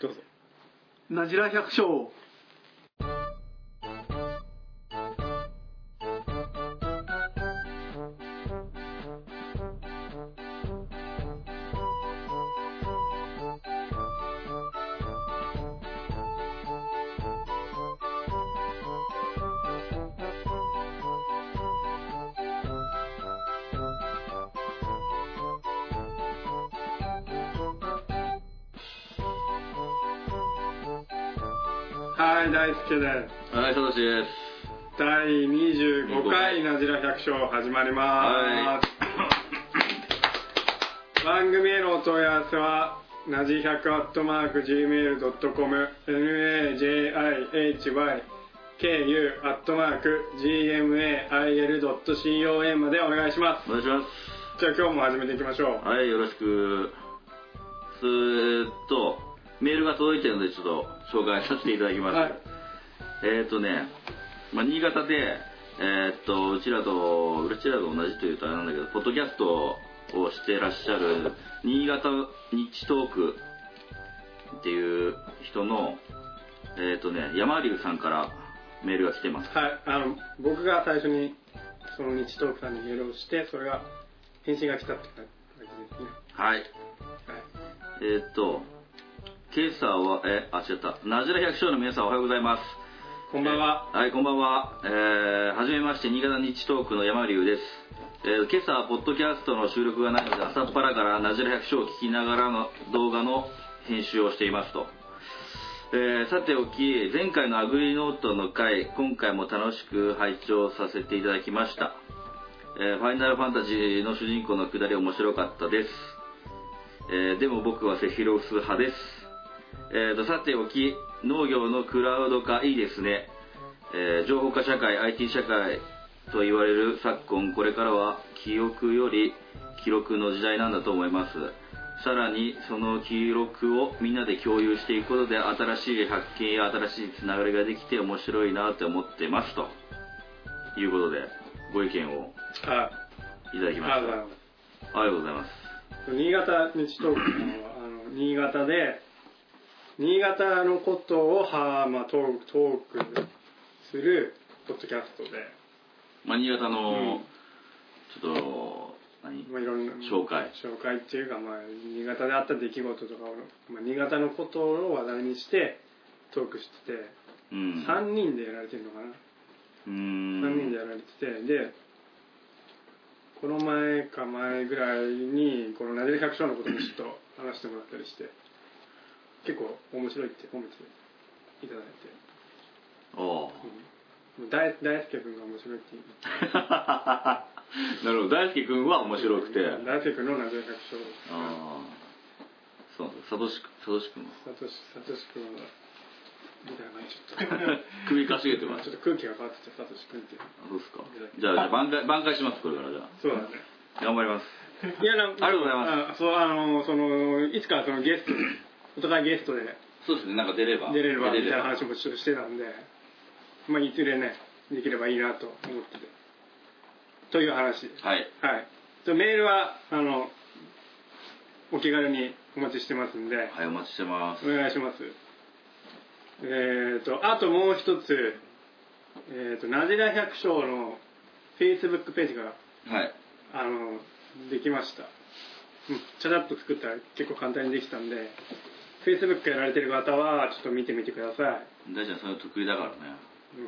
どうぞなじら百姓はい大輔ですはい、サトシです。第25回なじら百姓始まります、 番組へのお問い合わせはなじ100アットマーク Gmail.com najihyaku アットマーク gmail.com までお願いしまお願いします。すじゃあ今日も始めていきましょうはい、よろしく。すーっと、メールが届いてるので、ちょっと紹介させていただきます。はいえーっとね、まあ、新潟で、えーっと、うちらと、うちらと同じというとあれなんだけど、ポッドキャストをしてらっしゃる、新潟日トークっていう人の、えーっとね、山龍さんからメールが来てます。はいあの僕が最初にその日トークさんにメールをしてそれが返信が来たって感じですねははい。いえーっと、今朝は、え、あ、違った。なじら百姓の皆さんおはようございます。こんばんは。えーはい、こんばんは。えー、はじめまして、新潟日トークの山龍です。えー、今朝、ポッドキャストの収録がないので、朝っぱらからなじら百姓を聞きながらの動画の編集をしていますと。えーさておき前回のアグリノートの回今回も楽しく拝聴させていただきました、えーファイナルファンタジーの主人公のくだり面白かったです、えーでも僕はセフィロス派です、えーとさておき農業のクラウド化いいですね、えー情報化社会 IT 社会と言われる昨今これからは記憶より記録の時代なんだと思いますさらにその記録をみんなで共有していくことで新しい発見や新しいつながりができて面白いなと思ってますということでご意見をはいいただきまあしたのありがとうございます新潟日トークさんはあの新潟で新潟のことをは、まあ、トークトークするポッドキャストで、まあ、新潟うのんちょっと何まあ、いろんな紹介紹介っていうか、まあ、新潟であった出来事とかを、まあ、新潟のことを話題にしてトークしてて、うん3人でやられてるのかな、う3人んでやられててでこの前か前ぐらいにこの「なでる百姓」のことにちょっと話してもらったりして結構面白いって褒めていただいて、おううん、大大輔君が面白いって言って なるほど大輔君は面白くて大輔君の「なでる百姓」ああそうなんだサトシサトシ君はさとしさとし君はみたいな ちょっ 首かしげてまとすちょっと空気が変わってきたさとし君ってそうですか。じゃあ、じゃあ挽回、挽回します、これからじゃそうだねあ。頑張ります。いやなんか ありがとうございまあそうあのそのいつかそのゲストお互いゲストでそうですね、なんか出れば。出れればみたいなば話もちょっとしてたんで、まあ、いずれね、できればいいなと思ってて。という話。はい。はい。じゃあメールは、あの、お気軽にお待ちしてますんで、はい、お待ちしてますお。願いします。えっ、と、あともう一つ、えっ、と、なじら百姓の Facebook ページが、はい。あの、できました。うんちゃちゃっと作ったら結構簡単にできたんで、Facebook やられてる方は、ちょっと見てみてください。大ちゃん、そういうの得意だからね。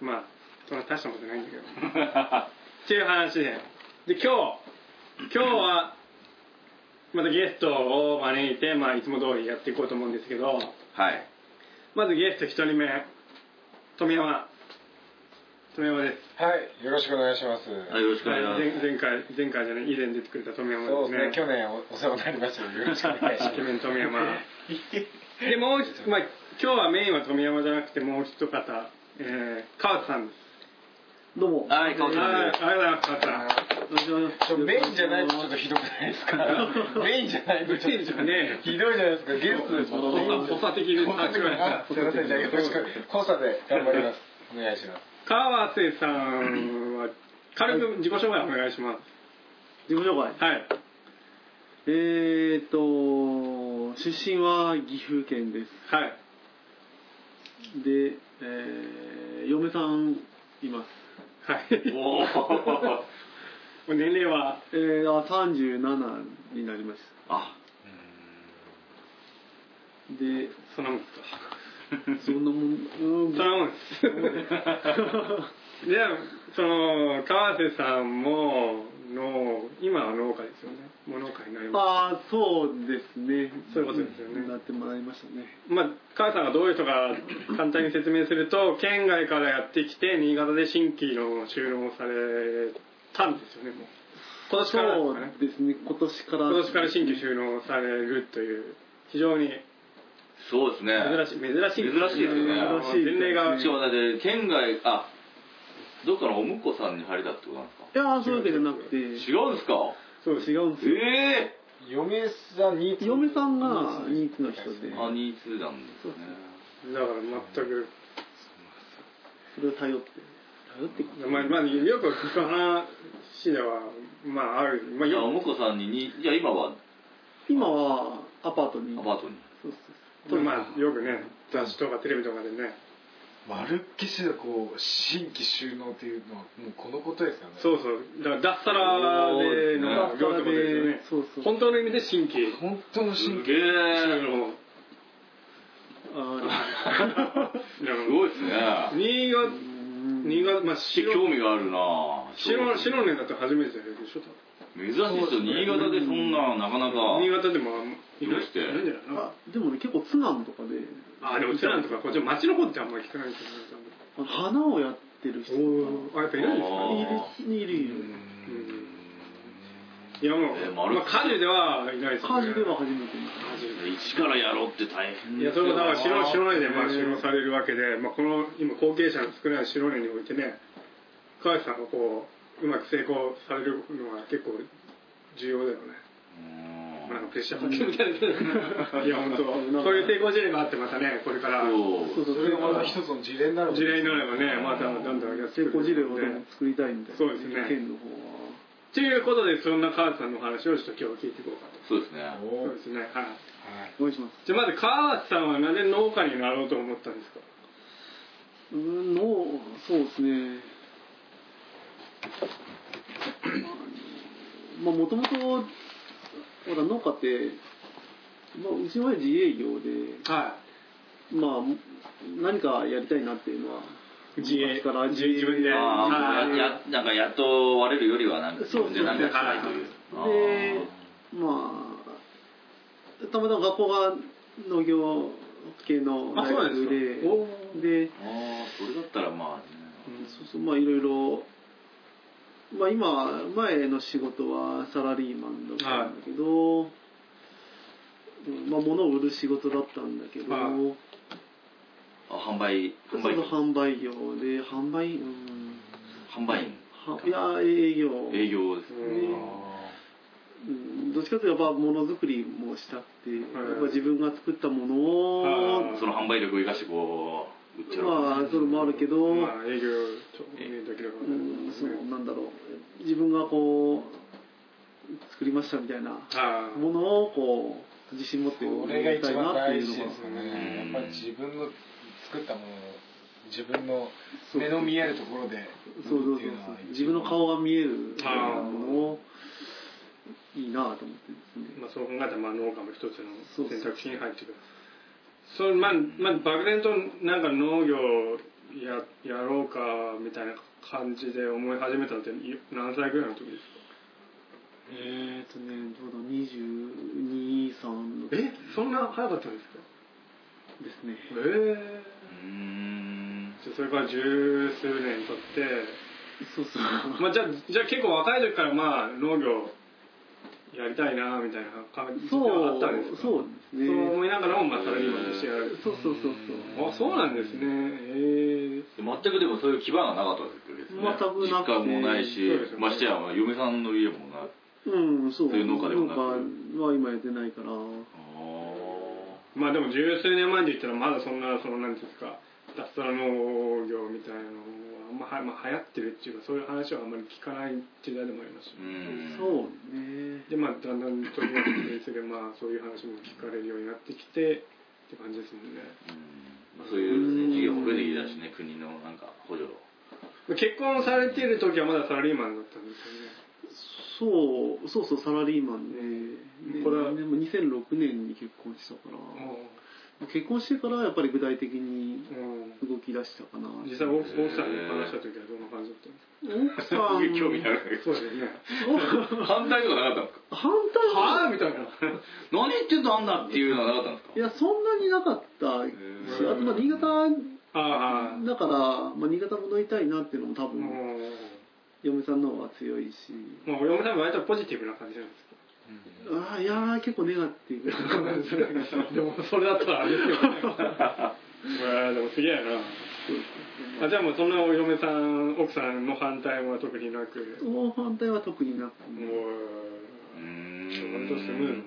うんまあそんな大したことないんだけどっていう話でで今日今日はまたゲストを招いて、まあ、いつも通りやっていこうと思うんですけどはい。まずゲスト1人目富山富山ですはい、よろしくお願いします。はい、よろしくお願いし前前回前回じゃない以前出てくれた富山そうですでね、すね去年お世話になりましたので、よろしくお願いしまイすケ。メン富 山でもう一つ、まあ、今日はメインは富山じゃなくてもう一方、えー、川田さんですどうも。ます。はい、ああり顔つぶがとうございます川田さんあちょメインじゃないとちょっとひどくないですか メインじゃないとちょっとねひどいじゃないですか、ゲストですもんね。補佐的に補佐的にあすいません、じゃあよろしく、補佐で頑張ります。お願いします。川瀬さんは軽く自己紹介お願いしま自己紹介。すはいえーっと、出身は岐阜県ですはいで、えー嫁さんいますはいおーお年齢はえー、あ37になりましあ たでそんなもんですかそんなもん、うん、そんなもん ですじゃあその川瀬さんもの今は農家ですよねもう農家になりまああそうですねそういうことですよねなってもらいましたねすまあ川瀬さんがどういう人か簡単に説明すると県外からやってきて新潟で新規の収納をされたんですよねもう今年からですかねそうですね今年から今年から新規収納されるという非常にそうですね珍しい珍しい珍しいですね珍しい前例がしかもだって県外あどっかのお婿さんに入れたってことなんですかいやーそういうわけじゃなくて違うんですかそうです違うんですよえ嫁さんに嫁さんがニーツの人でえー、アニーツーなんですよねだから全くそれを頼って頼ってかまあ、まあ、よく聞く話では、まあ、ある、まあ、いやおよ婿さんににじゃあ今は今はアパートにアパートにそうく、まあ、よくね、雑誌とかテレビとかでね。丸っきしでこう新規収納っていうのはもうこのことですよねそうそう、だから、脱サラでのあそう業ってことですよね。そうそう本当の意味で新規。本当の新すげ規収え納あだからす ごいですね新潟、ーうん新潟、まあ、ちょっと興味があるな白、白根だって初めてだけど、ちょっと。珍しいですよ新潟でそんななかなか新潟でも、いないどうしていないんじゃないかなあでもね結構津南とかであ、でも、うちらのとか、こっちの町の方ってあんまり聞かないけあの花をやってる人ど。おーあ、やっぱいるんですかおね。いるいるいるいや、もう、えーまあ丸、家事ではいないですよね。家事では初めて家事一からやろうって大変いやそれもだから白あー白根でまあ収納されるわけで、まあ、この今後継者の少ない白根においてね川内さんがこううまく成功されるのは結構重要だよね、まあ、なんかプレッシャーかけるみたいないや本当そういう成功事例があってまたねこれからそうそそうれがまた一つの事例になるわ事け例ですになればねまたどんどんやって成く功る事例をのででも作りたいみたいなそうですね県の方ということでそんな川内さんのお話をちょっと今日聞いていこうかとそうですねおそーうですねはいはいはお願いしますじゃあまず川内さんはなぜ農家になろうと思ったんですかうーんのそうですねまあもともとほら農家って、まあ、うちの親自営業ではまあ何かやりたいなっていうのは自営昔から自自分でああ、や、なんか雇われるよりは、なんか自分で何かしたいという。でまあたまたま学校が農業系のあ大そうなん学でですかおーあーであー、それだったら、まあ、そうそうまあいろいろまあ今前の仕事はサラリーマンだったんだけど、うんまあ物を売る仕事だったんだけど、はいあ、販売、そ販売の員、販売業で販売うん販売員、はいや営業営業です。うんうんどっちかというとやっぱものづくりもしたくて、はいやっぱ自分が作ったものをはいその販売力を生かして、こう、売ってる。まあそれもあるけど、まあ営業とねできればうねんそのなんだろう自分がこう作りましたみたいなああものをこう自信持ってこ売れがりた一いな番って大いう事のでがすよねうんやっぱり自分の作ったものを自分のそう目の見えるところでそうそうそうそう自分の顔が見えるみたいなあーものをいいなと思ってですねまあそう考えたらまあ農家も一つの選択肢に入ってくるそれまあまあ漠然となんか農業ややろうかみたいな感じで思い始めたのってい何歳ぐらいの時ですかえっとねちょうど223のでえそんな早かったんですかすねええうーん。じゃあそれから十数年経ってそうそうまあ、じゃあじゃあ結構若い時からまあ農業やりたいなみたいな感じそうはあったんですかそうですねそう思いながらもまあサラリーマンとしてやるそうそうそうあそうなんですねへえ全くでもそういう基盤がなかったわけですね。全くなくて実家もないしそうです、よねましてや、嫁さんの家もない。そううんそうそういう農家でもなく農家は今やってないからあまあでも十数年前で言ったらまだそんなそのなんていうんですか脱サラ農業みたいなのはあんまあ、はまあ流行ってるっていうかそういう話はあんまり聞かない時代でもありますし、うんそうねでまあだんだんとりあえずまあそういう話も聞かれるようになってきてって感じですもんねうんそういう事業も増えてきたしね国のなんか補助結婚されてる時はまだサラリーマンだったんですそうそうそうサラリーマンで、ね、これはでも2006年に結婚したかよねら、結婚してからやっぱり具体的にうん動き出したかな実際奥さんに話した時はどんな感じだったんです奥さすげえ ん興味あるんだけかどそうですね反対とかなかったんですか反 対はあみたいな何言ってんだあんなっていうのはなかったんいやそんなになかったしですかあとまあ新潟ああだから、まあ、新潟戻りたいなっていうのも多う分、ん嫁さんの方が強いしまあお嫁さんも割とポジティブな感じなんですああいやー結構ネガティけブど でもそれだったらあれですよ ねうわでもすげえなあじゃあもうそんなお嫁さん奥さんの反対は特になくもう反対は特になくもうう割とスムーズなんんですね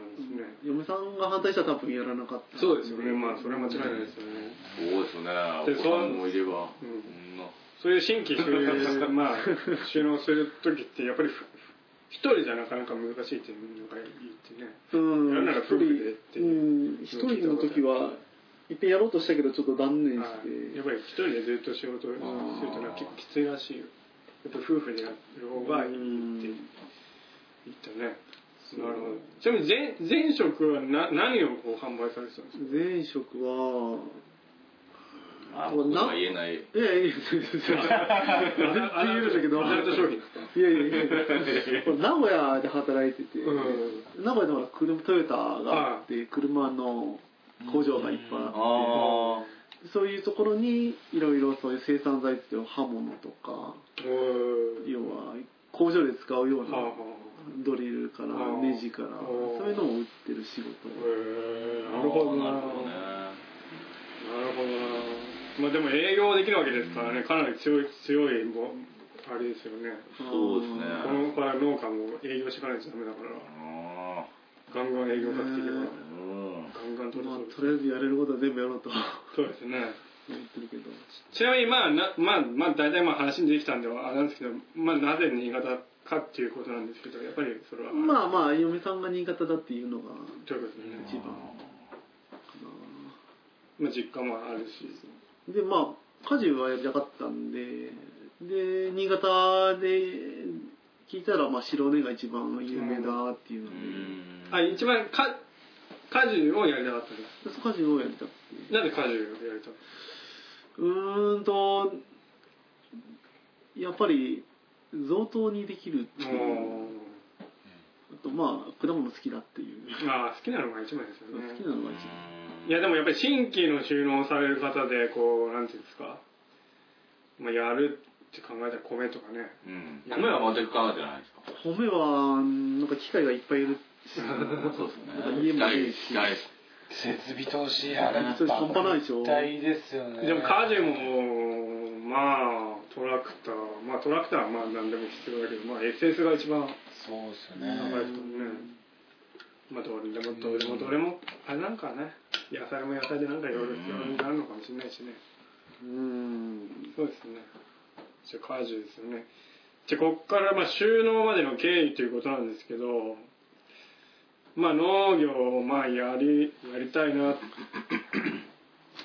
嫁さんが反対したら多分やらなかったそうですよねまあそれは間違いないですよねそうですねでお子さんもいればううんんそういう新規収納まあ収納する時ってやっぱりふ一人じゃなかなか難しいっていうのがいいってねうんなんなら夫婦でって一人うん一人の時はいっぺんやろうとしたけどちょっと断念しはいてやっぱり一人でずっと仕事するとなんかききついらしいよやっぱ夫婦でやる方がいいって言ったねなるほどちなみに前前職はな何をこう販売されてたん ですか前職はあ僕は言えないいやいやいやいやいや 全然言えるんだけどアダルト商品ですかいやいやいやこれ名古屋で働いてて、う名古屋でも車トヨタがあって車の工場がいっぱいああってそういうところにいろいろそういう生産材っていうの刃物とかおー要は工場で使うようはあはなドリルからああネジかあらそういうのを売ってる仕事あへーあなるほどなななるるほほどどねなまあでも営業できるわけですからねかなり強い強いもあれですよねそうですねこのこれは農家も営業していかないとダメだからあガンガン営業活動できるーかうんらガンガン取りまあそうとりあえずやれることは全部やろうとそうですね言ってるけどちなみにまあなまあまあ大体まあ話にできたんではあれなんですけどまあなぜ新潟かっていうことなんですけどやっぱりそれはまあまあ嫁さんが新潟だっていうのがかということですね一番まあ実家もあるしなでまあ家事はやりたかったんでで新潟で聞いたらまあ白根が一番有名だっていうのうで、んあ一番か家事をやりたかったで家事をやりたくすなんで家事をやりたかったうーんとやっぱり贈答にできるっていうあとまあ果物好きだっていうああ好きなのが一番ですよ好ねきなのが一いやでもやっぱり新規の収納される方でこうなんていうんですか、まあ、やるって考えたら米とかねうん米は全く考えてないですか番米はなんか機械がいっぱいいるそうですねなんか家もいいし大好き設備投資やらそれ半端ないでしょ絶対ですよねでも家事もまあトラクターまあトラクターはまあ何でも必要だけどまあ SS が一番そうっす考よえるねとねまあどれでもどれもどれもあれなんかね野菜も野菜でなんかいろいろ必要になるのかもしれないしねうーんそうですねじゃあ家事ですよねじゃあここからまあ収納までの経緯ということなんですけどまあ農業をまあやりやりたいな っ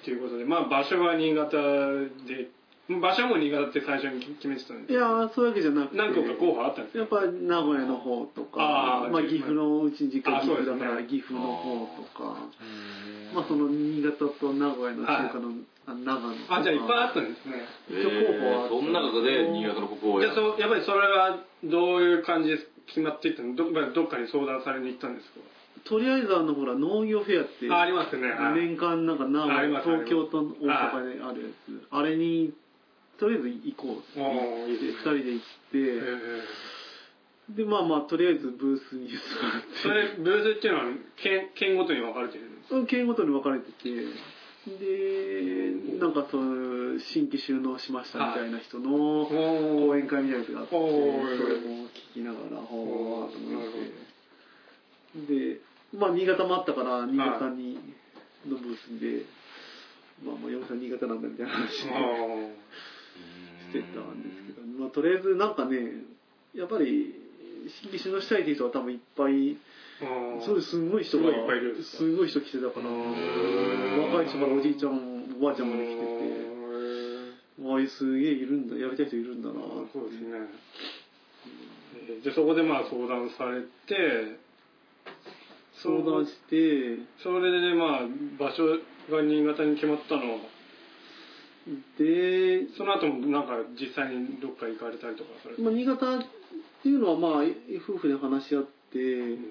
ていうことでまあ場所は新潟で場所も新潟って最初に決めてたんいでやーそういうわけじゃなくて何個か候補あったんですやっぱ名古屋の方とかあーまあ、岐阜岐阜のうちに実家あ岐そうで阜すだねから岐阜の方とかうんまあその新潟と名古屋の中華の、あ長野とかあじゃあいっぱいあったんですねえ一応候補はーあったその中で新潟のここをじやゃあるそうやっぱりそれはどういう感じで決まっていったのど,、まあ、どっかに相談されに行ったんですかとりあえずあのほら農業フェアってあありますねあ年間なんか名ありますあります古屋東京と大阪であるやつあれにとりあえず行こうっつっておーいいでで2す人ねでへ行っーてでまあまあとりあえずブースにそ座ってれブースっていうのは県県ごとに分かれてるんですその県ごとに分かれててでなんかその新規収納しましたみたいな人のお講演会みたいなやつがあってそおれーも聞きながらほーとな思るってでまあ新潟もあったから新潟にのブースでまあまあ嫁さん新潟なんだみたいな話ほどあしてたんですけど、まあ、とりあえずなんかねやっぱり色紙のしたいっていう人は多分いっぱいそうですすごい人すごがいいっぱいいるんですかすごい人来てたから若い人からおじいちゃんおばあちゃんまで来ててああすげえいるんだやりたい人いるんだなそうですね。えーじゃあそこでまあ相談されて、相談してそれでまあ場所が新潟に決まったのは、でその後もなんか実際にどっか行かれたりとかされて。まあ、新潟っていうのはまあ夫婦で話し合って、うん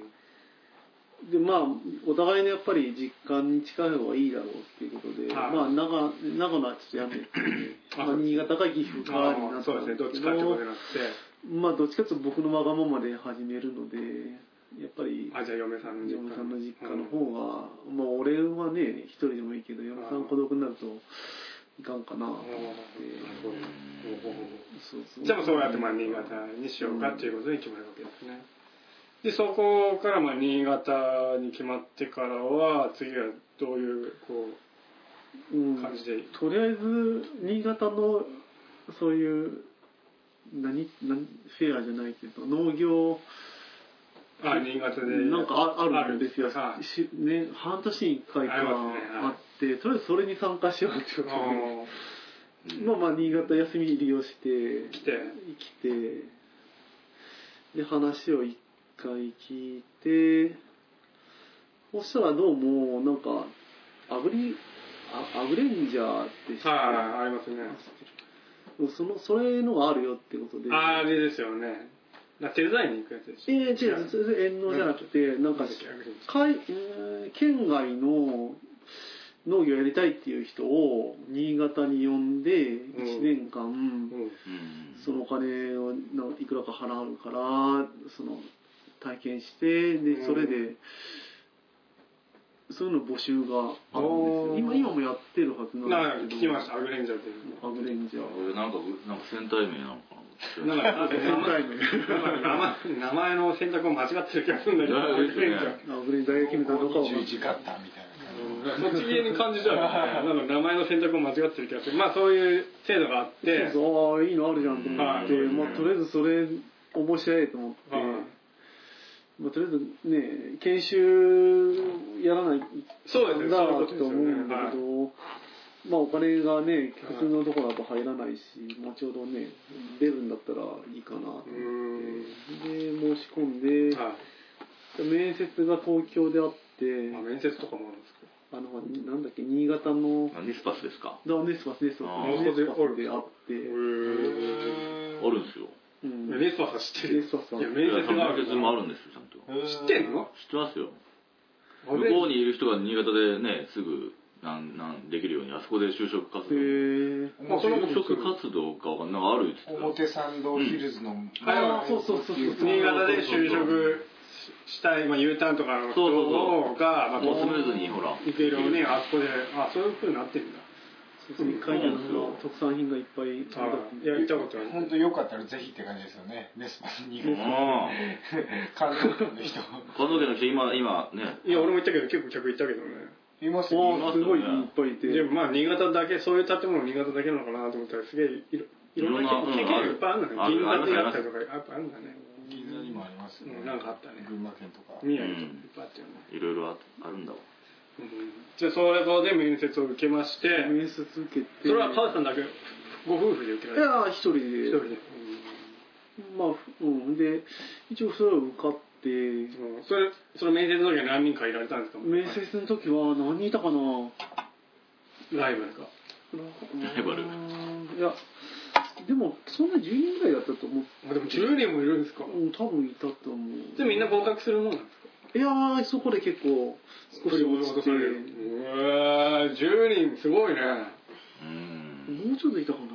でまあお互いのやっぱり実家に近い方がいいだろうっていうことで、はいまあ長長野はちょっとやめて、 まあ、新潟か岐阜かにああなったそうですね、んどっですちけかってことどじゃなくて、まあどっちかっていうと僕のわがままで始めるのでやっぱりあ、じゃあ嫁さんの実家嫁さんの実家の方が、まあ俺はね一人でもいいけど嫁さん孤独になるといかんかなと思って、そうそうじゃあもうそうやってまあ新潟にしようかっていうことに決まるわけですね。でそこからまあ新潟に決まってからは次はどういうこうんう感じで、とりあえず新潟のそういう何何フェアじゃないけど農業あ新潟でなんかああるんですよ、はいしね、半年に1回かありますねはいあってとりあえずそれに参加しようっていうことあでまあまあ新潟休み利用してー来て来てで話を一回聞いてそしたらどうもなんかアグリあアグレンジャーって知ってるはいありますねそのそれのがあるよってことであれですよねな手伝いに行くやつでしえょー、違うそれで遠納じゃなくて、なんか海、えー県外の農業やりたいっていう人を新潟に呼んでん1年間、うんうんそのお金をないくらか払うからその体験してうんでそれで、そういうの募集があるおんですよー今今もやってるはずななんんでか聞すけきどましたアグレンジャーっていうアグレンジャー俺なんかうなんか戦隊名なのかななんか全体名なんか名前名前の選択を間違ってる気がするんだけどアグレンジャーアグレンジャーが決めたのかは21勝ったみたいなそっち系に感じちゃうよねなんか名前の選択を間違ってる気がするまあそういう制度があってそうそうああいいのあるじゃんと思って、はいまあ、とりあえずそれ応募しちゃえと思って、はいまあ、とりあえずね研修やらないそうですよだそういうことですとよ思ねうんだけど、まあお金がね普通のところだと入らないし、もうちょうどね出るんだったらいいかなと思ってうーで申し込んで、はい面接が東京であって、まあ面接とかもあるんですけどあのなんだっけ新潟の何スパスですかだネスパスネスパあスーネスパスであっあて、るんですようんメスパス知ってるネスパスさんいや面接がある面接もあるんですよちゃんとへー知ってんの知ってますよ向こうにいる人が新潟でねすぐなんなんできるようにあそこで就職活動へーまあその就職活動かわかんないなんかあるって言って表参道ヒルズのあーそうそうそうそう新潟で就職したい、まあ、U ターンとかのそうそう人が、またあ、もうスムこーズにほらういけるようにあそこであそういうふうになってるんだそうそう海外の特産品がいっぱいあいや行ったことある本当よかったらぜひって感じですよねネスパスに あ関東圏の人あ彼女の人今今ねいや俺も行ったけど結構客行ったけどねいますよおーすごいいっぱいいてでもまあ新潟だけそういう建物新潟だけなのかなと思ったらすげえいろいろんなうん経験がいっぱいあるんだねある銀座でああるったりとかやっぱあるんだね銀座にもありますようねんなんかあったね群馬県とか宮城とかいっぱいあったよね、いろいろああるんだわうんじゃあそれぞれで面接を受けまして面接受けてそれはパウいさんだけご夫婦で受けられたや一人で一人で、まあうんで一応それを受かってうんそれその面接の時は何人かいられたんですか面接の時は何人いたかなライバルかライバルいやでもそんな10人ぐらいだったと思うあでも10人もいるんですかうん多分いたと思うでみんな合格するもんなんですかいやーそこで結構少し落ちてうわー10人すごいねうんもうちょっといたかな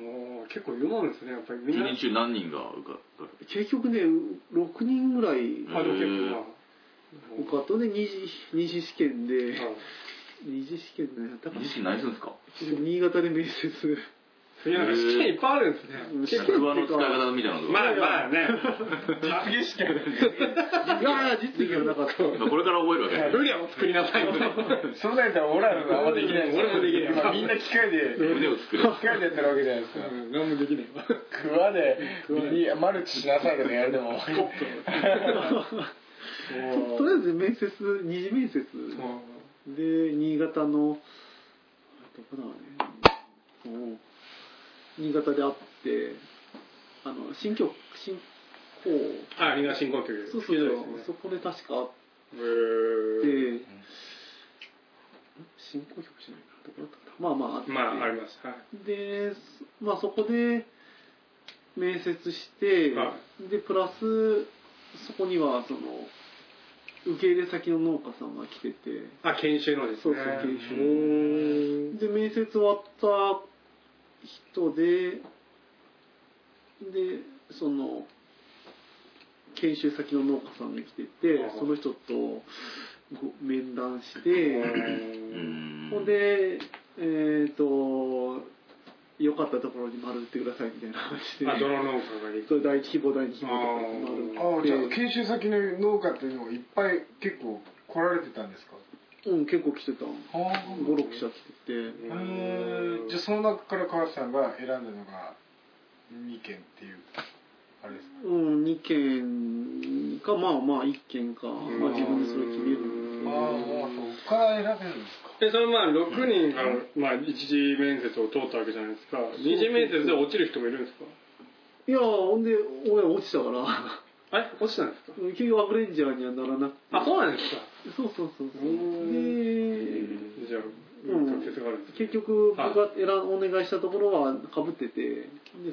もう結構いるもんですねやっぱりみん一な日中何人が受かる結局ね6人ぐらいあでも結構まあ受かったね二次二次試験でうん二次試験ねだか二ら次何するんですか新潟で面接いやなんか試験いっぱいあるんですね。うんちくわの使い方みたいなのとかまあまあね。実技試験いやいや実技はなかったこれから覚えるわ けだよルリアを作りなさいみたいな。そうなったらオラルがあんまできない俺もできない今みんな機械で胸を作る機械でやってるわけじゃないですかうん何もできないわ。クワでビリマルチしなさいとかやるで も終わととりあえず面接二次面接で新潟のどこだろうね新潟で会ってあの新居新校あ、みんな進行曲。そうそうそう、そこで確か会って、へん新興局じゃないなどこだったかなまあまああっーてまああります。はい。で、そまあ、そこで面接して、はでプラスそこにはその受け入れ先の農家さんが来ててあ、研修のですね。そうそう研で面接終わった人ででその研修先の農家さんが来ててはあその人とご面談しうて。うんんほんで、えっ、と、良かったところに丸打ってくださいみたいな話で。あ、ドローン農家がいいそれ第一希望、第二希望とかああ丸じゃ打っあ研修先の農家っていうのがいっぱい結構来られてたんですかて。うん、結構来てた。あ5、6社来てて。へえじゃあその中から川瀬さんが選んだのが2軒っていうあれですかうん、2件か、まあまあ1件か。まあ自分でそれ決めるんあであそっから選べるんですかでそのまあ6人が、まあ、一次面接を通ったわけじゃないですか二次面接で落ちる人もいるんですかすけど。いやほんで、俺落ちたから、 あれ落ちたんですか結局アブレンジャーにはならなくて。あそうなんですかそうそうそうそう。うーで、じゃあうん確説があるんですね結局僕が選んお願いしたところはかぶっててで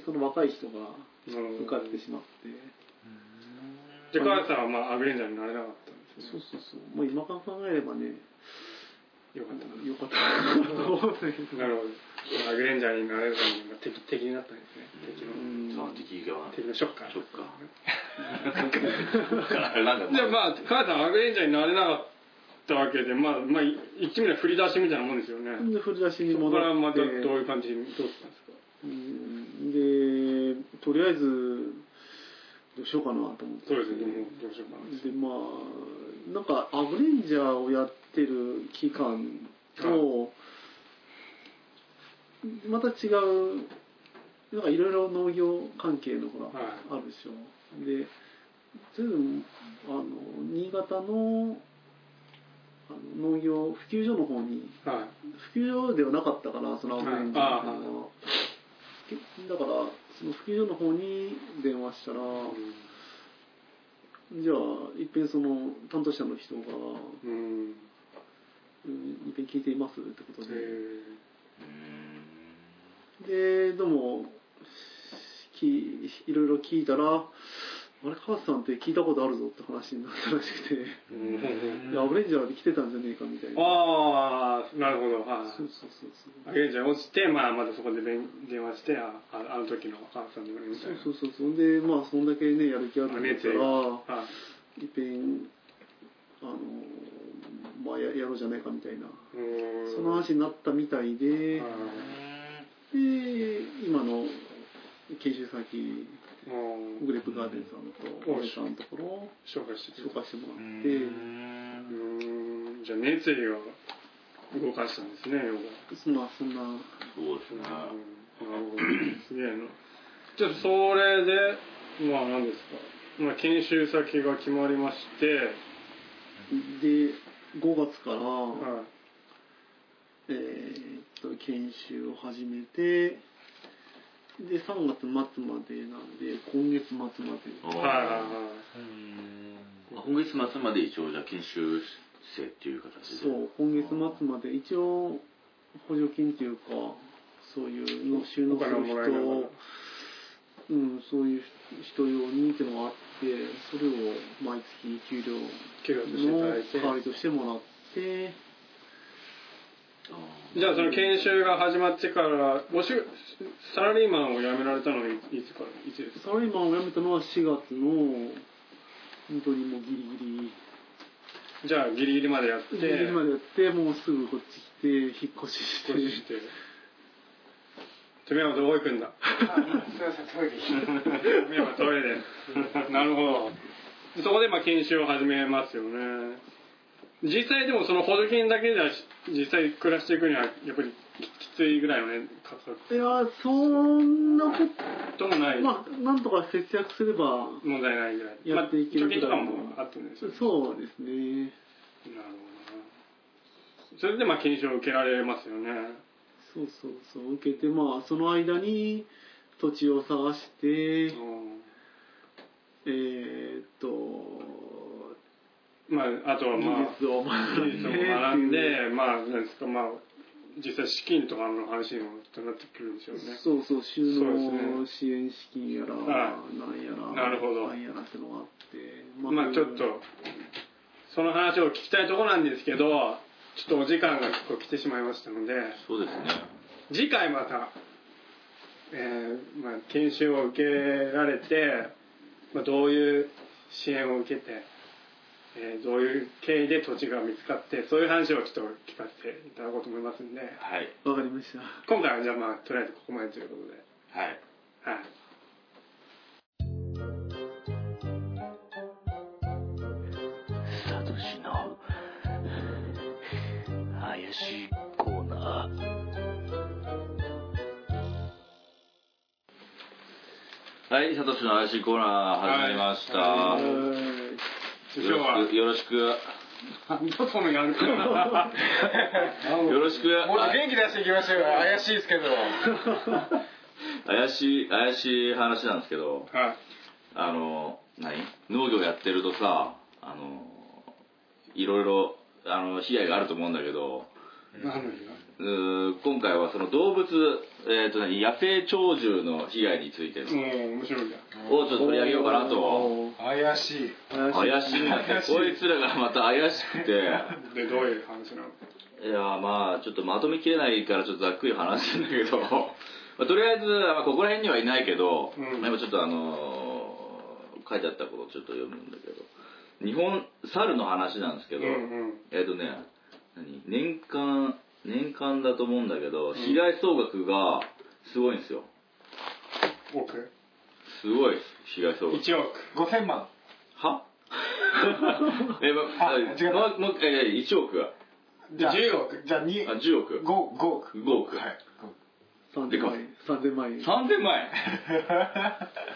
その若い人がなるほど受かってしまってじゃあ川瀬さんはまあアグレンジャーになれなかったんですそうねそうそうもう今から考えればねよかったなよかったなと思うんだけどなるほどアグレンジャーになれるためにまあ敵敵になったんですね敵のうあん敵側敵のショッカーそっかなんかじゃあまあ川瀬さんアグレンジャーになれなかったわけでまあまあ一気に振り出しみたいなもんですよねで振り出しに そ戻こっからまたてどういう感じにどうしたんですかうんでとりあえずどうしようかなと思ってそうですねどうしようかなでまあなんかアブレンジャーをやってる期間と、また違うなんかいろいろ農業関係のほら、はいあるでしょでずいぶんあの新潟のあの農業普及所の方にはい普及所ではなかったからそのアブレンジャーっていうのは、だからその普及所の方に電話したら、じゃあ、いっぺんその担当者の人が、うんうんいっぺん聞いていますってことへで、ーで、どうも、きいろいろ聞いたら、あれ、川瀬さんって聞いたことあるぞって話になったらしくて、うんいや、アブレンジャーで来てたんじゃねえかみたいな。ああなるほどはいそうそうそうそう。あ現地に落ちて、まあ、またそこで電電話してあああの時の母さんのみたいそうなそうそうそう。で、まあ、そんだけね、やる気あるんだったら、はいっぺん、あの、まあや、やろうじゃないかみたいな。いうんその話になったみたいで、はいで今の研修先うんグレープガーデンさんとうんおじさんのところを紹介してくれ紹た介してもらっうーんじゃあ熱意を動かしたんですね要はてそんなそんなそうですねうんなるほどすげえなじゃあそれでまあ何ですか、まあ、研修先が決まりまして、で5月から、はいえーっと研修を始めてで3月末までなんで今月末まあーではいはいはいまあ今月末まで一応じゃあ研修生っていう形でそう今月末まで一応補助金というかそういうの収納すお金るをもらえる人をうん、そういう人用にっていうのがあってそれを毎月給料給料としていただいての代わりとしてもらってじゃあその研修が始まってからおしサラリーマンを辞められたのはいいつからいつですかサラリーマンを辞めたのは4月の本当にもうギリギリじゃあギリギリまでやってギリギリまでやってもうすぐこっち来て引っ越しして少しして富山どこ行くん だすいませんトイレ行って富山トイレ でなるほどそこでまあ研修を始めますよね実際でもその補助金だけじゃ実際暮らしていくにはやっぱりきついぐらいのね価格いやーそんなこともないとまあなんとか節約すれば問題ないぐらい、まやあ、っていける貯金ぐとらかいのもあってねそうですねなるほどなそれでまあ検証を受けられますよねそうそうそう受けてまあその間に土地を探してえー、っとうんまああとは技まあ術を学ん技で術を学んでまあなんですかまあ実際資金とかの話にもなってくるんでしょうねそうそう収そう納です支援資金やら、はなんやならるほどなんやらってのがあってまあちょっとその話を聞きたいところなんですけどちょっとお時間が結構来てしまいましたのでそうですね。次回また、えーまあ、研修を受けられて、まあ、どういう支援を受けて、えーどういう経緯で土地が見つかってそういう話をちょっと聞かせていただこうと思いますんではい。わかりました今回はじゃあまあとりあえずここまでということで。はい。はいサトシの怪しいコーナーはい、サトシの怪しいコーナー始まりました。はよ今日はろしく、よろし く、何だそのやるか なよろしく、もっと元気出していきましょうよ怪しいですけど 怪しい、怪しい話なんですけど、はいあの、何農業やってるとさ、あの、いろいろ、あの、被害があると思うんだけど、何の日うー今回はその動物、えっ、とね、野生鳥獣の被害についてをちもうん面白いじゃんょっと取り上げようかなと。おー怪しい怪しい怪しいんだって、こいつらがまた怪しくて、でどういう話なのいやーまあちょっとまとめきれないからちょっとざっくり話すんだけど、まあとりあえず、まあ、ここら辺にはいないけど、うんまあ今ちょっとあのー書いてあったことをちょっと読むんだけど日本猿の話なんですけうど、んえっ、とね何年間年間だと思うんだけど被害総額がすごいんですようん億すごい被害総額1億5000万はえ、ま、ああ違ったもうもうえー、1億で10億じゃあ2あ10億5億5億、はい3000万円3000万円3000万円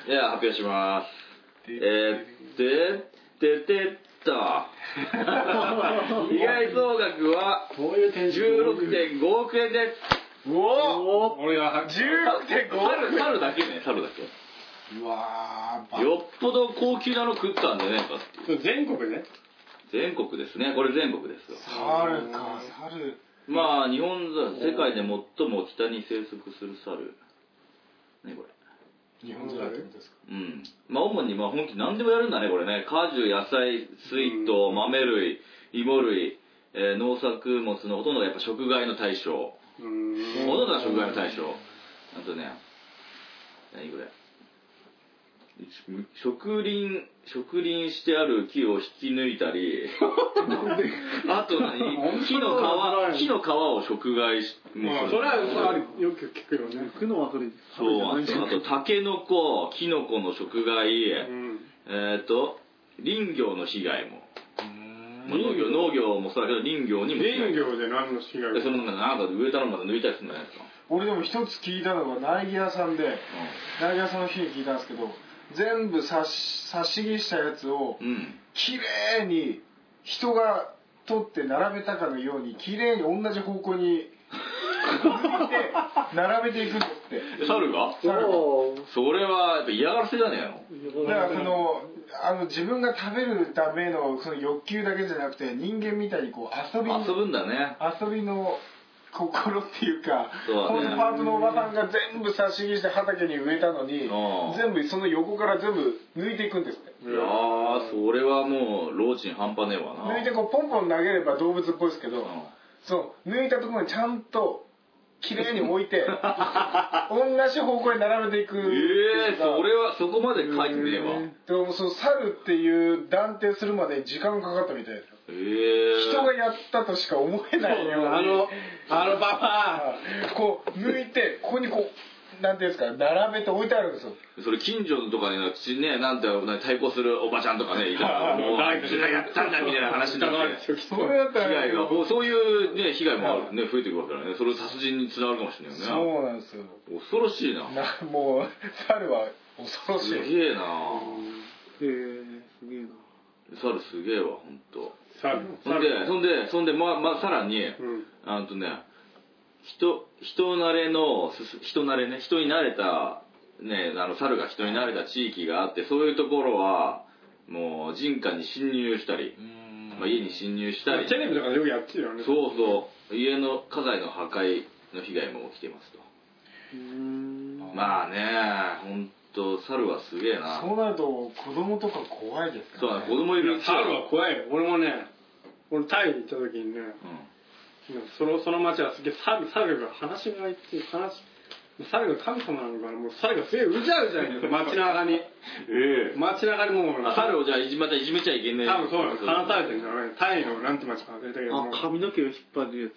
じゃあ発表しますえー、で、で、で、った。被害総額はこういう点16.5億円です。うおお俺がは16.5猿、猿だけね、猿だけ。うわーよっぽど高級なの食ったんでね、やっぱそれ全国で全国ですね。これ全国ですよ。猿か猿まあ、日本猿、世界で最も北に生息する猿。ね、これ。日本猿ってことですかうん。まあ、主に、まあ、本気何でもやるんだね、これね。果樹、野菜、水筒、豆類、芋類、えー農作物のほとんどがやっぱ食害の対象。うーんほとんどが食害の対象。あとね、何これ。植林、植林してある木を引き抜いたり、あと何木の皮、木の皮を食害し、まあそれはよく聞くよね行くのはそれそうなんですよ。あと、タケノコ、キノコの食害、うんえっ、と、林業の被害も。まあ農林業業、農業もそうだけど、林業にも被害。林業で何の被害でそのなんかなんか植えたのまで抜いたりするんじゃないですか。俺でも一つ聞いたのが苗木屋さんで苗木屋さんの日に聞いたんですけど全部差し差し木したやつをうん。うん綺麗に人が取って並べたかのように綺麗に同じ方向に向いて並べていくんですってえ猿が猿がおーそれはやっぱ嫌がらせじゃねえのだからそのあの自分が食べるためのその欲求だけじゃなくて人間みたいにこう遊び遊ぶんだね。遊びの心っていうかそうだこねのパートのおばさんが全部差し木して畑に植えたのにうん全部その横から全部抜いていくんですねいやー、それはもう、老人半端ねえわな。抜いてこうポンポン投げれば動物っぽいですけどうんそう抜いたところにちゃんと綺麗に置い て同じ方向に並べていくってえいえうかそれは、そこまで書いてねえわ。でもその猿っていう断定するまで時間かかったみたいですよええ人がやったとしか思えないようにあのあのババアこう抜いてここにこうなんていうんですか並べて置いてあるんですよそれ近所とかにねなんて対抗するおばちゃんとかねいたらもうあいつがやったんだみたいな話になってそれだっ被たら害がもうそういうね被害もね増えてくるわけだからねそれ殺人につながるかもしれないよねそうなんですよ恐ろしいななもう猿は恐ろしすいげえなへえすげえな猿すげえわ本当。猿そんでそんでそんでままさらにうんあのとね人人慣れのすす人慣れね人に慣れたねあの猿が人に慣れた地域があってそういうところはもう人家に侵入したり、まあ、家に侵入したりテレビとかでよくやってるよねそうそう家の家財の破壊の被害も起きてますとうーんまあね本当猿はすげえなそうなると子供とか怖いですそうからだねね子供いいるうやちは猿は怖いよ俺もね俺タイに行った時にねそのその町はすげえ猿猿が話がいっていう話猿が神様なのかなもう猿がすげえうじゃうじゃいる街中 にえ街中にもう猿をじゃあいじまたいじめちゃいけねえ多分そうだよ放たれてるんだろうねタイのなんて町か忘れたけどもあ髪の毛を引っ張るやつ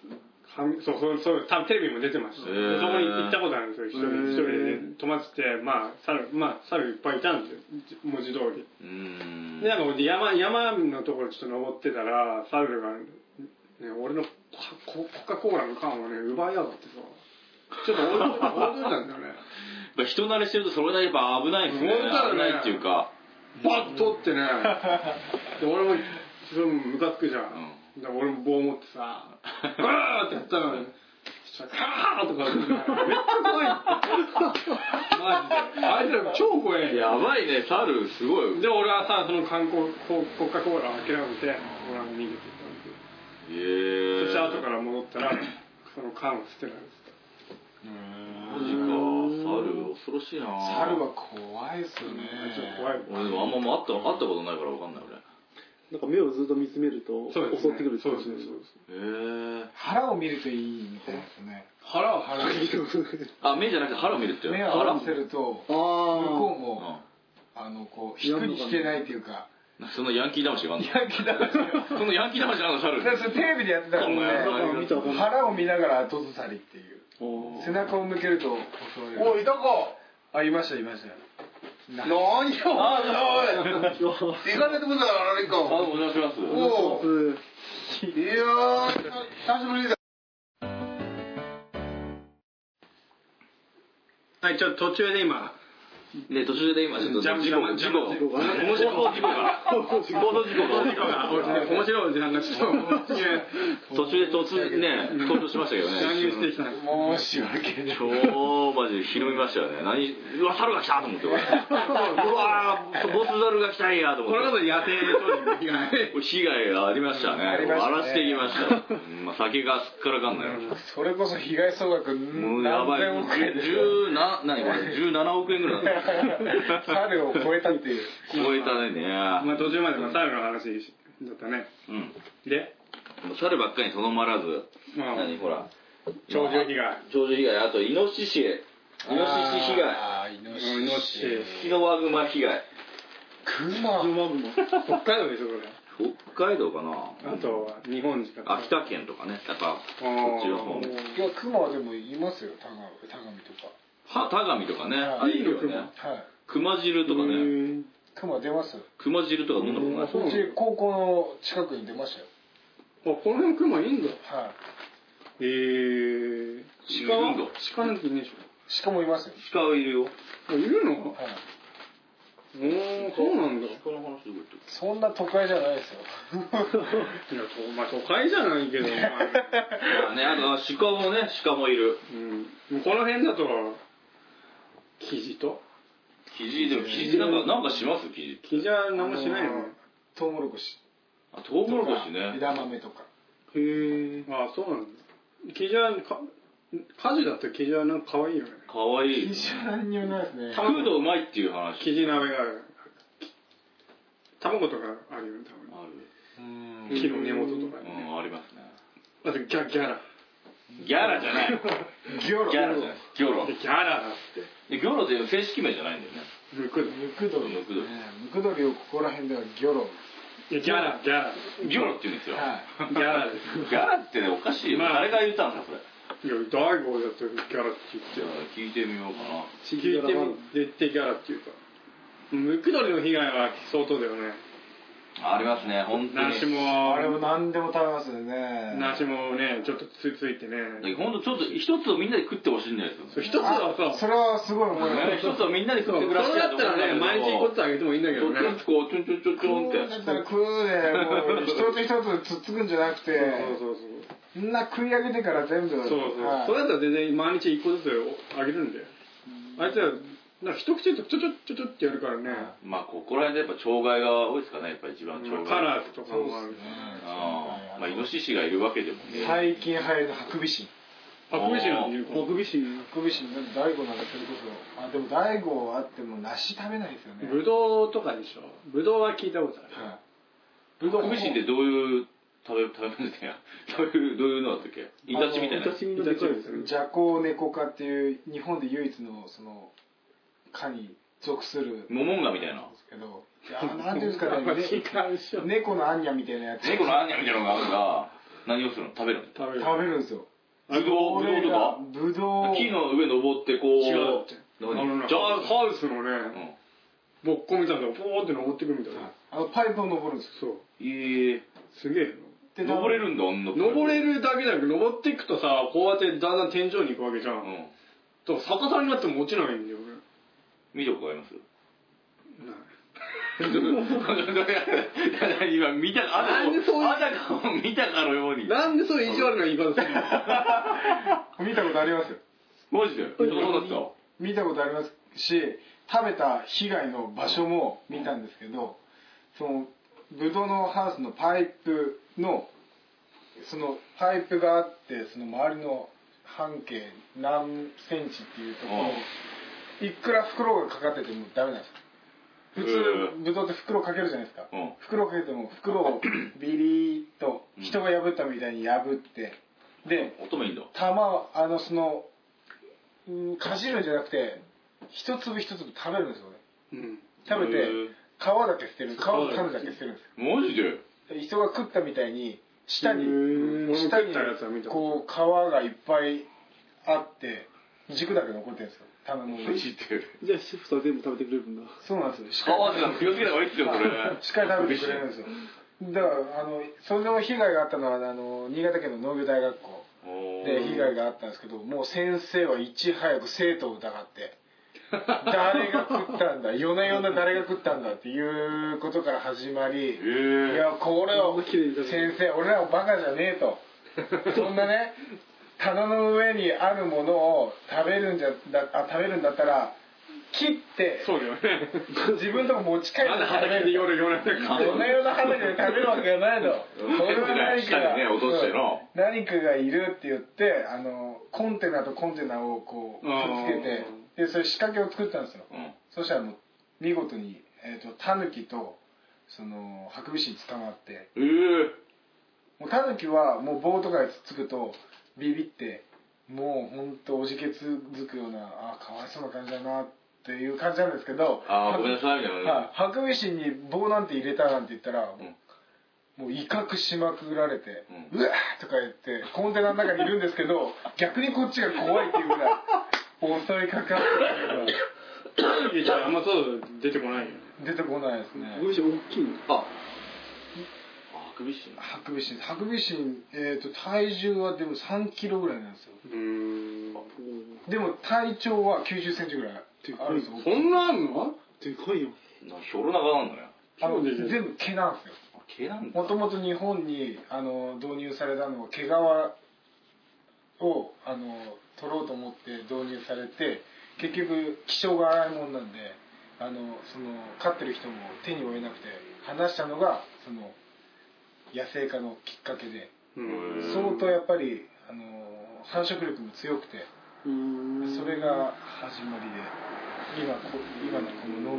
紙そうそうそう多分テレビも出てました、へーそこに行ったことあるんですよ一人へー一人で泊まっててまあ猿まあ猿いっぱいいたんですよじ文字通りうーんでなんか山山のところちょっと登ってたら猿が、ね、俺のコココカ・コーラの缶をね奪いやがってさちょっと置いと いた置いといたんだよねやっぱ人慣れしてるとそれだけやっぱ危ないですね本当だよ危ねないっていうかバッと取ってねで俺もそれもムカつくじゃん、で俺も棒持ってさうわーってやったのにそしたらカーッとかめっちゃ怖いってマジであいつら超怖いんだよやばいね猿すごいで俺はさその観光こ国家コーラを諦めて俺は逃げていったんですよえそして後ー、から戻ったらその缶を捨てられてマジか猿恐ろしいな猿は怖いですよねたちょっと怖い俺でもあんまもう会った会ったことないから分かんない俺なんか目をずっと見つめると襲そうですねってくるってそうこでとすねそうねですへえ腹を見るといいみたいですね腹を腹にあ目じゃなくて腹を見るって目を合わせるとあ向こあううんもあのこう引くに引けないっていうかなんかそのヤンキー魂があんのヤンキーだから そのヤンキー魂があんの猿それテレビでやってたそうもなんねん見たらわかんない腹を見ながら後ずさりっていうおー背中を向けると襲われるおいいたかあいましたいました何よおいあ行かれてくんだからあれかあお願いしますおうーいやー久しぶりだはいちょっと途中で今ね途中で今ちょっとジャンプ事故が事故ジャンプが面白い放送事故が放送事事故が起きて面白いおじさんがちょっと途中で突然ね登場しましたけどね乱入してきたんです申し訳ない超マジでひるみましたよね何うわ猿が来たと思って俺うわボス猿が来たんやと思これっこそて野生で撮るがね被害がありましたねありました荒らねしてきました、うんまあ、酒がすっからかんないそれこそ被害総額もうや何ばい千億円で10な何これ17億円ぐらいだった 猿を超えたっていう超えたねね、まあ途中までまあ猿の話だったねうんで猿ばっかりにとどまらず、まあ何ほら鳥獣被害鳥獣被害あとイノシシイノシシ被害あーイノイノシシツキノワグマ被害クママグマ北海道でしょこ北海道かなれあとは日本しか秋田県とかねやっぱあーこっちの方いやクマはでもいますよ田上田上とは田上とかねはいあいいよねかはい熊汁とかねクマ出ますよ熊汁とか飲んだことうないんうち高校の近くに出ましたよあこの辺熊いいんだはいえー、鹿いるんはだ鹿なんていねえでし鹿もいますよ鹿はいるよょあいるのはいおーそうなん だいや鹿の話どこ行っそんな都会じゃないですよとまあ都会じゃないけど、まあたねあと鹿もね鹿もいるうん、もうこの辺だとキジとキジでもキジなんかなんかしますキジキジは何もしないの、トウモロコシあトウモロコシとかね枝豆とかへえああそうなんだキジはか火事だったらキジはなんか可愛いよねかわいい一緒何にもないですね食うとうまいっていう話キジ鍋がある卵とかあるよね多ある分木の根元とかうにねんありますねあとギャギャラギャラじゃないギョロギャラじゃないギョロギャラだってでギョロって正式名じゃないんだよねむくムクドリムクドリねムクドリをここら辺ではギョロギャラギャラ ギョロって言うんですよはいギャラですギャラってねおかしいよまあ誰が言ったんだそれいや大悟やってるギャラって言ってじゃあ聞いてみようかな地聞いても絶対ギャラっていうかムクドリの被害は相当だよねありますね、本当ナシに。もあれも何でも食べますよねナシもねちょっとつついてね本当ちょっと一つをみんなで食ってほしいんだよ。そう一つあはさそれはすごい思いますね一つをみんなで食そっうてそくれらせだったらね毎日こっちあげてもいいんだけどねちょっとずつこう、ちょんちょんちょんちょんっだったら食うでもう一つ一つつっつくんじゃなくてそうそうそうみんな食い上げてから全部そうそう、はいそれだったら全然毎日一個ずつあげるんだよあいつらなんか一口ずつちょちょちょちょってやるからね、て。まあ、ここら辺でやっぱ、障害が多いですかね、やっぱ一番ま障あ害。カラーズとかもあるしあーまあ、イノシシがいるわけでもね。最近流行るハクビシンあこびしなんていうかハクビシンハクビシン大悟なんかそれこそあでも大悟あっても梨食べないですよねブドウとかでしょブドウは聞いたことあるはブドウミシンってどういう食べ、食べ物だよ。食べる、どういうのだったっけイタチみたいな。私のでかいですいねジャコウネコ科っていう日本で唯一のその科に属するんでモモンガみたいな。すけどいやーなんていう んですかねね時間っしょ猫のアンニャみたいなやつ猫のアンニャみたいなのがあるから、何をするの食べるの食べる食べるんですよブドウ、ブドウとかブドウ木の上登ってこう。違うってあ何のねじゃあ、ハウスのうねんぼっこみたいなのがポーンって登ってくるみたいはいなあのパイプを登るんですよそうええすげえよで登れるんだ、あんな。登れる。るだけじゃなく登っていくとさこうやってだんだん天井に行くわけじゃうんん。と逆さになっても落ちないんだよね見たことあります今見たあたかなんでそういうもあたかも見たかのようになんでそういう意地悪な言い方するの見たことありますよマジでそうだった見たことありますし食べた被害の場所も見たんですけどそのブドウのハウスのパイプのそのパイプがあってその周りの半径何センチっていうところいくら袋がかかっててもダメなんですよ普う通ブドウって袋かけるじゃないですかうん袋かけても袋をビリーっと人が破ったみたいに破ってで乙女いいんだ玉をあのそのうんかじるんじゃなくて一粒一粒食べるんですよねうん食べてへー皮だけ捨てる皮の種だけ捨てるんですマジでよで人が食ったみたいに下にへー俺も下食っにたやつは見たことこう皮がいっぱいあって軸だけ残ってるんですよ種もマジでじゃあシェフさん全部食べてくれるんだそうなんですよしっかり川瀬さん気をつけた方がいいっすよそれしっかり食べてくれるんですよだからあのそれの被害があったのはあの新潟県の農業大学校で被害があったんですけどもう先生はいち早く生徒を疑 って誰が食ったんだ夜な夜な誰が食ったんだっていうことから始まりいえやこれをこんな綺麗に食べて先生俺らはバカじゃねえ とそんなね棚の上にあるものを食べるんじゃだあ食べるんだったら切ってそう だよね自分のとこ持ち帰ってまだ食べ畑でる夜夜中あ夜な夜な畑で食べるわけがないとうんこれは何か下にね落としてのうん何かがいるって言ってあのコンテナとコンテナをこうくっつけてでそれ仕掛けを作ったんですようんそしたらもう見事に、えー、とタヌキとそのハクビシン捕まってえーもうタヌキはもう棒とかでつっつくとビビってもうほんとおじけつづくようなあかわいそうな感じだなっていう感じなんですけどあーごめんなさいみたいなはねいハクビシンに棒なんて入れたなんて言ったら、んもう威嚇しまくられて、うわーとか言ってコンテナの中にいるんですけど逆にこっちが怖いっていうぐらい襲いかかっていやあんまそう出てこないよ出てこないですハクねビシン大きいのああくびっしなハクビシンハクビシン、えー、と体重はでも3キロぐらいなんですようーんでも体長は9 0ンチぐらいあるんですよそんなあんのでかいよひょろ長なんだねあのそうですよ全部毛なんですよあ毛なんだもともと日本にあの導入されたのは毛皮をあの取ろうと思って導入されて結局気性が荒いもんなんであのその飼ってる人も手に負えなくて離したのがその野生化のきっかけでうん相当やっぱりあの繁殖力も強くてうーんそれが始まりで今こ今の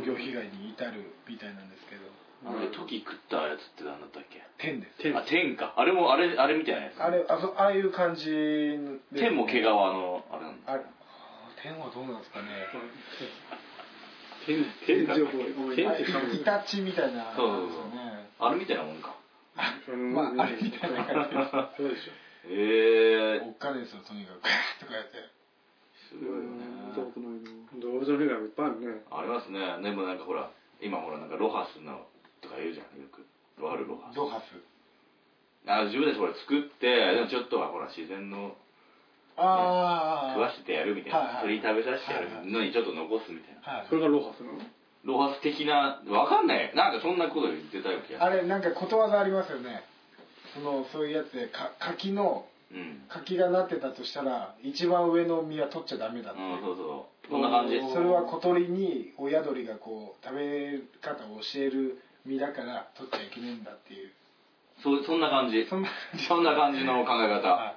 この農業被害に至るみたいなんですけどあれ時食ったやつって何だったっけ天です天あ天かあれもあれあれみたいなやつあれあそああいう感じで天も毛皮のあれなんだあれあー天はどうなんですかね天天天情情報報天天あっれて多イタチみたいなそうそうですよね あれみたいなもんか分まああれみたいな感そじうでしょ へえおっかねえですよと にかくとかやってすごいよね見たことないな動物の被害もいっぱいあるねありますねでもなんかほら今ほらなんかロハスなのとか言うじゃんよくわかるロハスドハスあ自分たちほら作ってでもちょっとはほら自然のあ食わしてやるみたいはいなはい鳥食べさせてやるのにちょっと残すみたいなあ、はいそれがロハスなのロハス的なわかんないなんかそんなこと言ってたよ気があれなんかことわざありますよねそのそういうやつでか柿のうん柿がなってたとしたら一番上の実は取っちゃダメだっていう、うんそうそうこんな感じですそれは小鳥に親鳥がこう食べ方を教える実だから取っちゃいけないんだっていうそそんな感じそんなそんな感じの考え方、は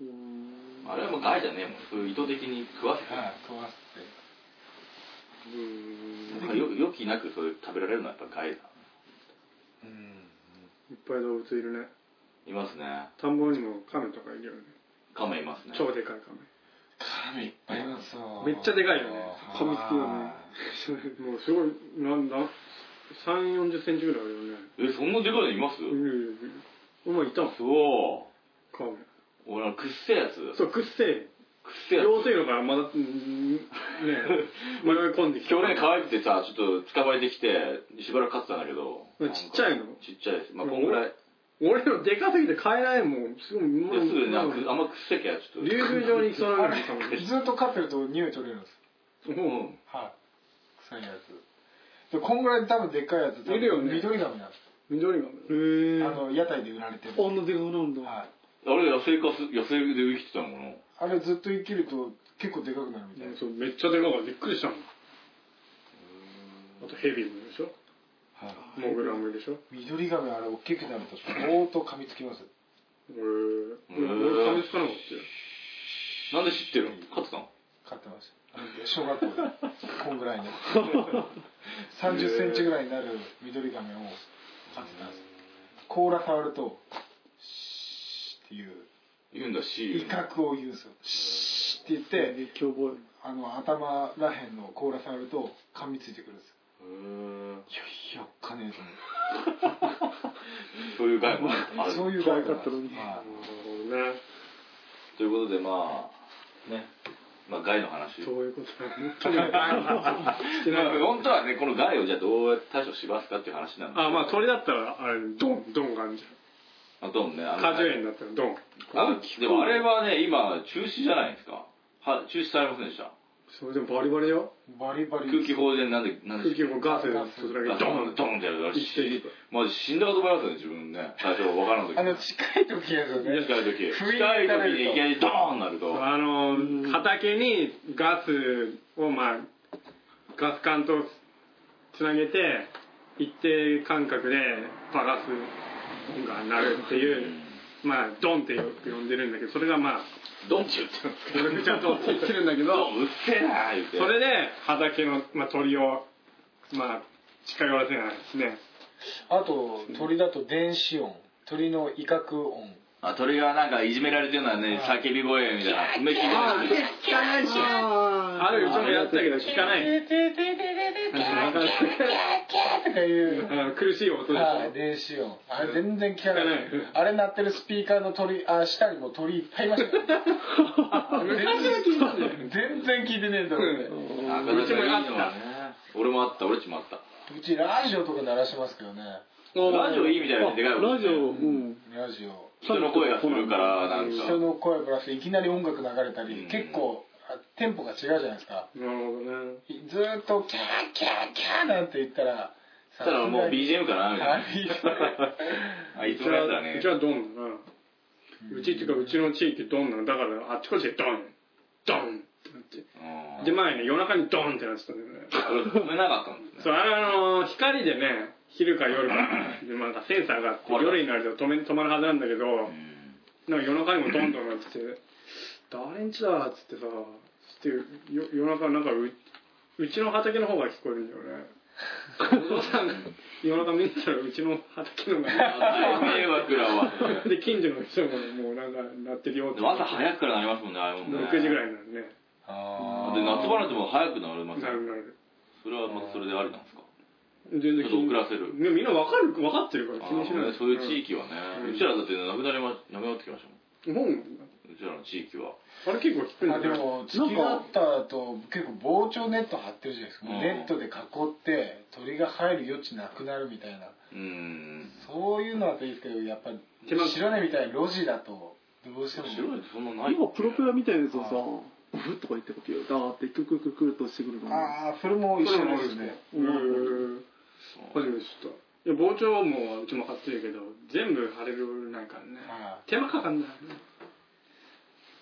うーんあれはもう害じゃねえもんそういう意図的に食わせいてはい壊すってうーんなんかよ予期なくそれ食べられるのはやっぱ害だうんいっぱい動物いるねいますね田んぼにもカメとかいるよね亀いますね超でかいカ亀いっぱいいますよめっちゃでかいよね噛みつくよねメもうすごいなんだ3 4 0センチぐらいあるよねえそんなでかいのいますいるいるいるお前いたのそうカメ俺あのくっせえやつくっそうくっせえせえや両つ生のからまだうんねえ迷い込んできた去年可愛くてさちょっと捕まえてきてしばらく飼ってたんだけどうんちっちゃいのなんかちっちゃいですまあこんぐらい俺のでかすぎて買えないもんすごいいもやすぐになんかうあんまくっせえけやちょっと竜宮城に行きそうなぐらいかも あれずっと飼ってると匂い取れるんですうんはい臭いやつでこんぐらい多分でっかいやつ多分いるよね緑髪なんです緑がへえあの屋台で売られてるあんなでかくなんだはいあれ野生化す野生で生きてたものあれずっと生きると結構でかくなるみたいな、そうめっちゃでかいからびっくりしたもんあとヘビもいるでしょはい、モグラもいるでしょ緑髪あれ大きくなると相当噛みつきますへーへー俺噛みつかなかっなんで知ってるの飼ってたの飼ってましたあの小学校でこんぐらいの3 0センチぐらいになる緑髪を飼ってたんです甲羅触るとシーっていう言うんだし威嚇を言うんですよシーって言って影響ボーイあの頭らへんの甲羅触ると噛みついてくるんですよへーいやいやおっかねえそと思ってういう害もあるそういう可害愛がかったのにはたよねということでまあねまあ害の話 そういうことだ本当にしてないまあ本当はねこの害をじゃあどうやって対処しますかっていう話なんですけどあまあ鳥だったらあれドンドンがあるじあともねあゃんの果樹園だったらドンあでもあれはね今中止じゃないですかは中止されませんでしたそれでもバリバリよいバリバリ空気砲でなんでなんで空気もガスでそれだけドドンンドンってやるから一斉しまあ死んだかと思いますよね自分ね最初分からん時あの近い時やよね近い時不近意にい時にい打たれるときなりドーンなるとあの畑にガスをまあガス管とつなげて一定間隔で爆発音が鳴るっていうまあドンってよく呼んでるんだけどそれがまあドンって言ってるんですドけどルフちゃんと言ってるんだけどドンうっせえなー言ってそれで畑の、まあ、鳥をまあ近寄らせないですねあと鳥だと電子音鳥の威嚇 音あ鳥がなんかいじめられてるようなね叫び声みたいなめっちゃ聞こえる聞かないしああるうちもやったけど聞かないなんかとかいう、あの苦しい音でしはい、ょ電子音あれ全然聞かない聞かないあれ鳴ってるスピーカーの鳥あ下にも鳥いっぱいいましたから全然聞いてねえんだろうねなかなかいいのはね俺もあった俺っちもあったうちラジオとか鳴らしますけどねラジオいいみたいなでかい音ラジオうんラジオ人の声がするからなんか人の声プラスいきなり音楽流れたり、うん結構あテンポが違うじゃないですかなるほどねずーっとキャーキャーキャーなんて言ったらそしたらもう BGM かなみたい な。あいつもやったらねうち。はドンだなうちっていうかうちの地域ドンなのだからあっちこっちでドンドンってなってうんで前ね夜中にドンってなってたんだよね止めなかったんですそうあれあのー光でね昼か夜かでなんかセンサーがあって夜になると止め止まるはずなんだけどね。なんか夜中にもドンドンなってきて「誰んちだ」っつってさつってよ夜中なんかううちの畑の方が聞こえるんだよね お父さんが夜中見に行ったらうちの畑のが大迷惑だ わ。で近所の人ももうなんかなってるよってでも朝早くからなりますもんね、あれもね。 6時ぐらいになるねあで、夏場なんてもう早くなりますなるなよ。るそれはまたそれでありなんですか。全ち然ょっと遅らせる。ねみんな分かる分かってるから気にしないあーそういう地域はうんね、うちらだってなくなりま、なくなってきましたもん。もううちらの地域はあれ結構効くんだあでも月バッターだと結構膨張ネット張ってるじゃないですか、うんネットで囲って鳥が入る余地なくなるみたいなうーんそういうのだといいですけどやっぱり手間白根みたいな路地だとどうしても白いってそんなない今プロペラみたいなやつをさはブッとか言ってこうピューダーってクルクルクルっとしてくるのああそれも一緒ですねうーんそう初めて知ったいや膨張もうちも張ってるけど全部張れるなんかねは手間かかんない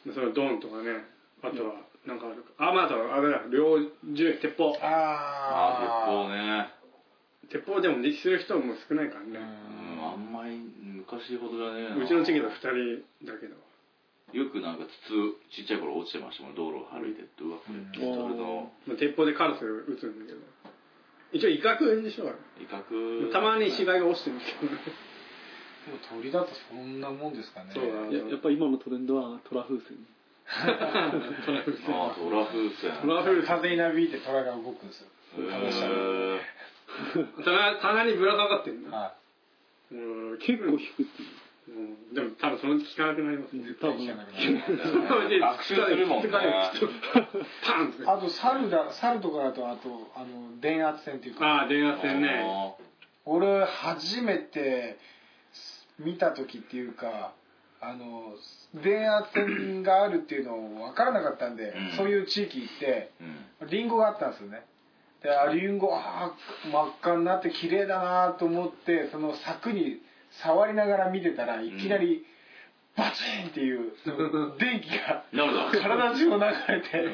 ねそのドンとかねあとはなんかあるかあまああとはあれだ両銃鉄砲いああああ鉄砲でもできする人も少ないからね結構ねうんあんまり昔ほどだねうちの地域の2人だけどよくなんか筒ちっちゃい頃落ちてましたもん道路を歩いてってうわこれうんピストルのまあ鉄砲でカラス撃つんだけど一応威嚇でしょあれ威嚇たまに死骸が落ちてるんですけどねでも鳥だとそんなもんですかねそうだねややっぱ今のトレンドはトラ風船トラフルああトラ風船トラフル風になびいて虎が動くんですよ話しへ棚棚にぶら下がってんだはうん結結構構低くっていううんでも多分そのうち効かなくなりますいね絶対聞かなくなるえ学習するも んね疲れるきっとパンっつってあと猿だ猿とかだとあとあの電圧戦っていうかああ電圧戦ね俺初めて見た時っていうかあの電圧戦があるっていうのを分からなかったんで、うんそういう地域行ってうんリンゴがあったんですよねであリンゴあー真っ赤になって綺麗だなと思ってその柵に触りながら見てたらいきなりバチンっ ていうその電気がなるほど体中を流れて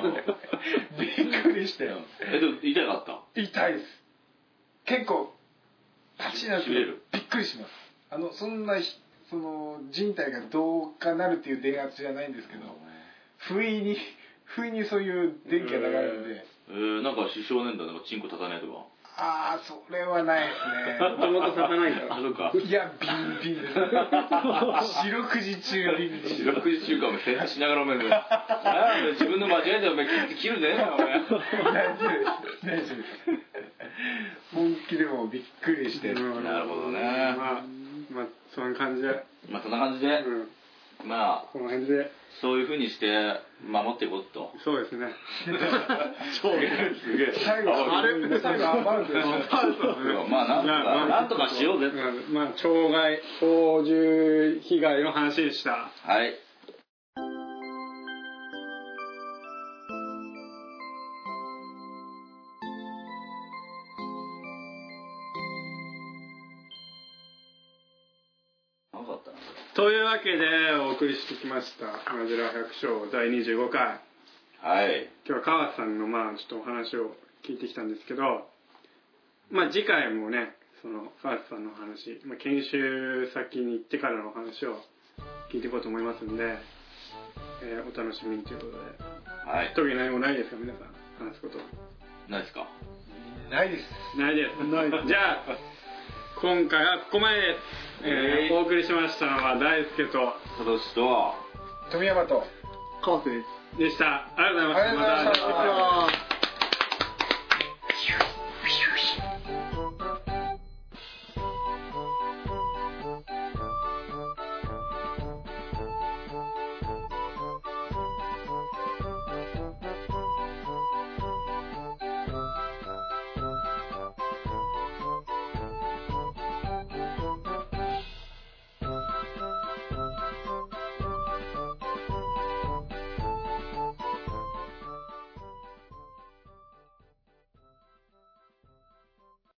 びっくりしてえでも痛かった痛いです結構パチンなって痺れるびっくりしますあのそんなひその人体がどうかなるっていう電圧じゃないんですけど不意に不意にそういう電気が流れるんでえー、なんか師匠年代なんかチンコ立たないとかああそれはないでもとも と立たないからあそうかすねいやビンビンです四六時中ビンビン四六時中間も制覇しながらお前なんで自分の間違いでお前切って切るんだよお前大丈夫です大丈夫です本気でもうびっくりしてうんなるほどねまあまあそんな感じでまあそんな感じで、うんまあこの辺でそういうふうにして守っていこうとそうですねそうすげえ最後あれ最後アバウトです まあなんとまあまかあなんとかしようぜうんまあ障害宝珠被害の話でしたはい長かったなというわけでお送りしてきました「マジラ百姓」第25回はい今日は川瀬さんのまあちょっとお話を聞いてきたんですけどまあ次回もねその川瀬さんのお話、まあ、研修先に行ってからのお話を聞いていこうと思いますんで、えーお楽しみにということではい特に何もないですか皆さん話すこと何ですかないですないです じゃあ今回はここまでです、えーはいお送りしましたのは大輔とサトシと富山とカーフェですでしたありがとうございましたありがとうございましたた次回あー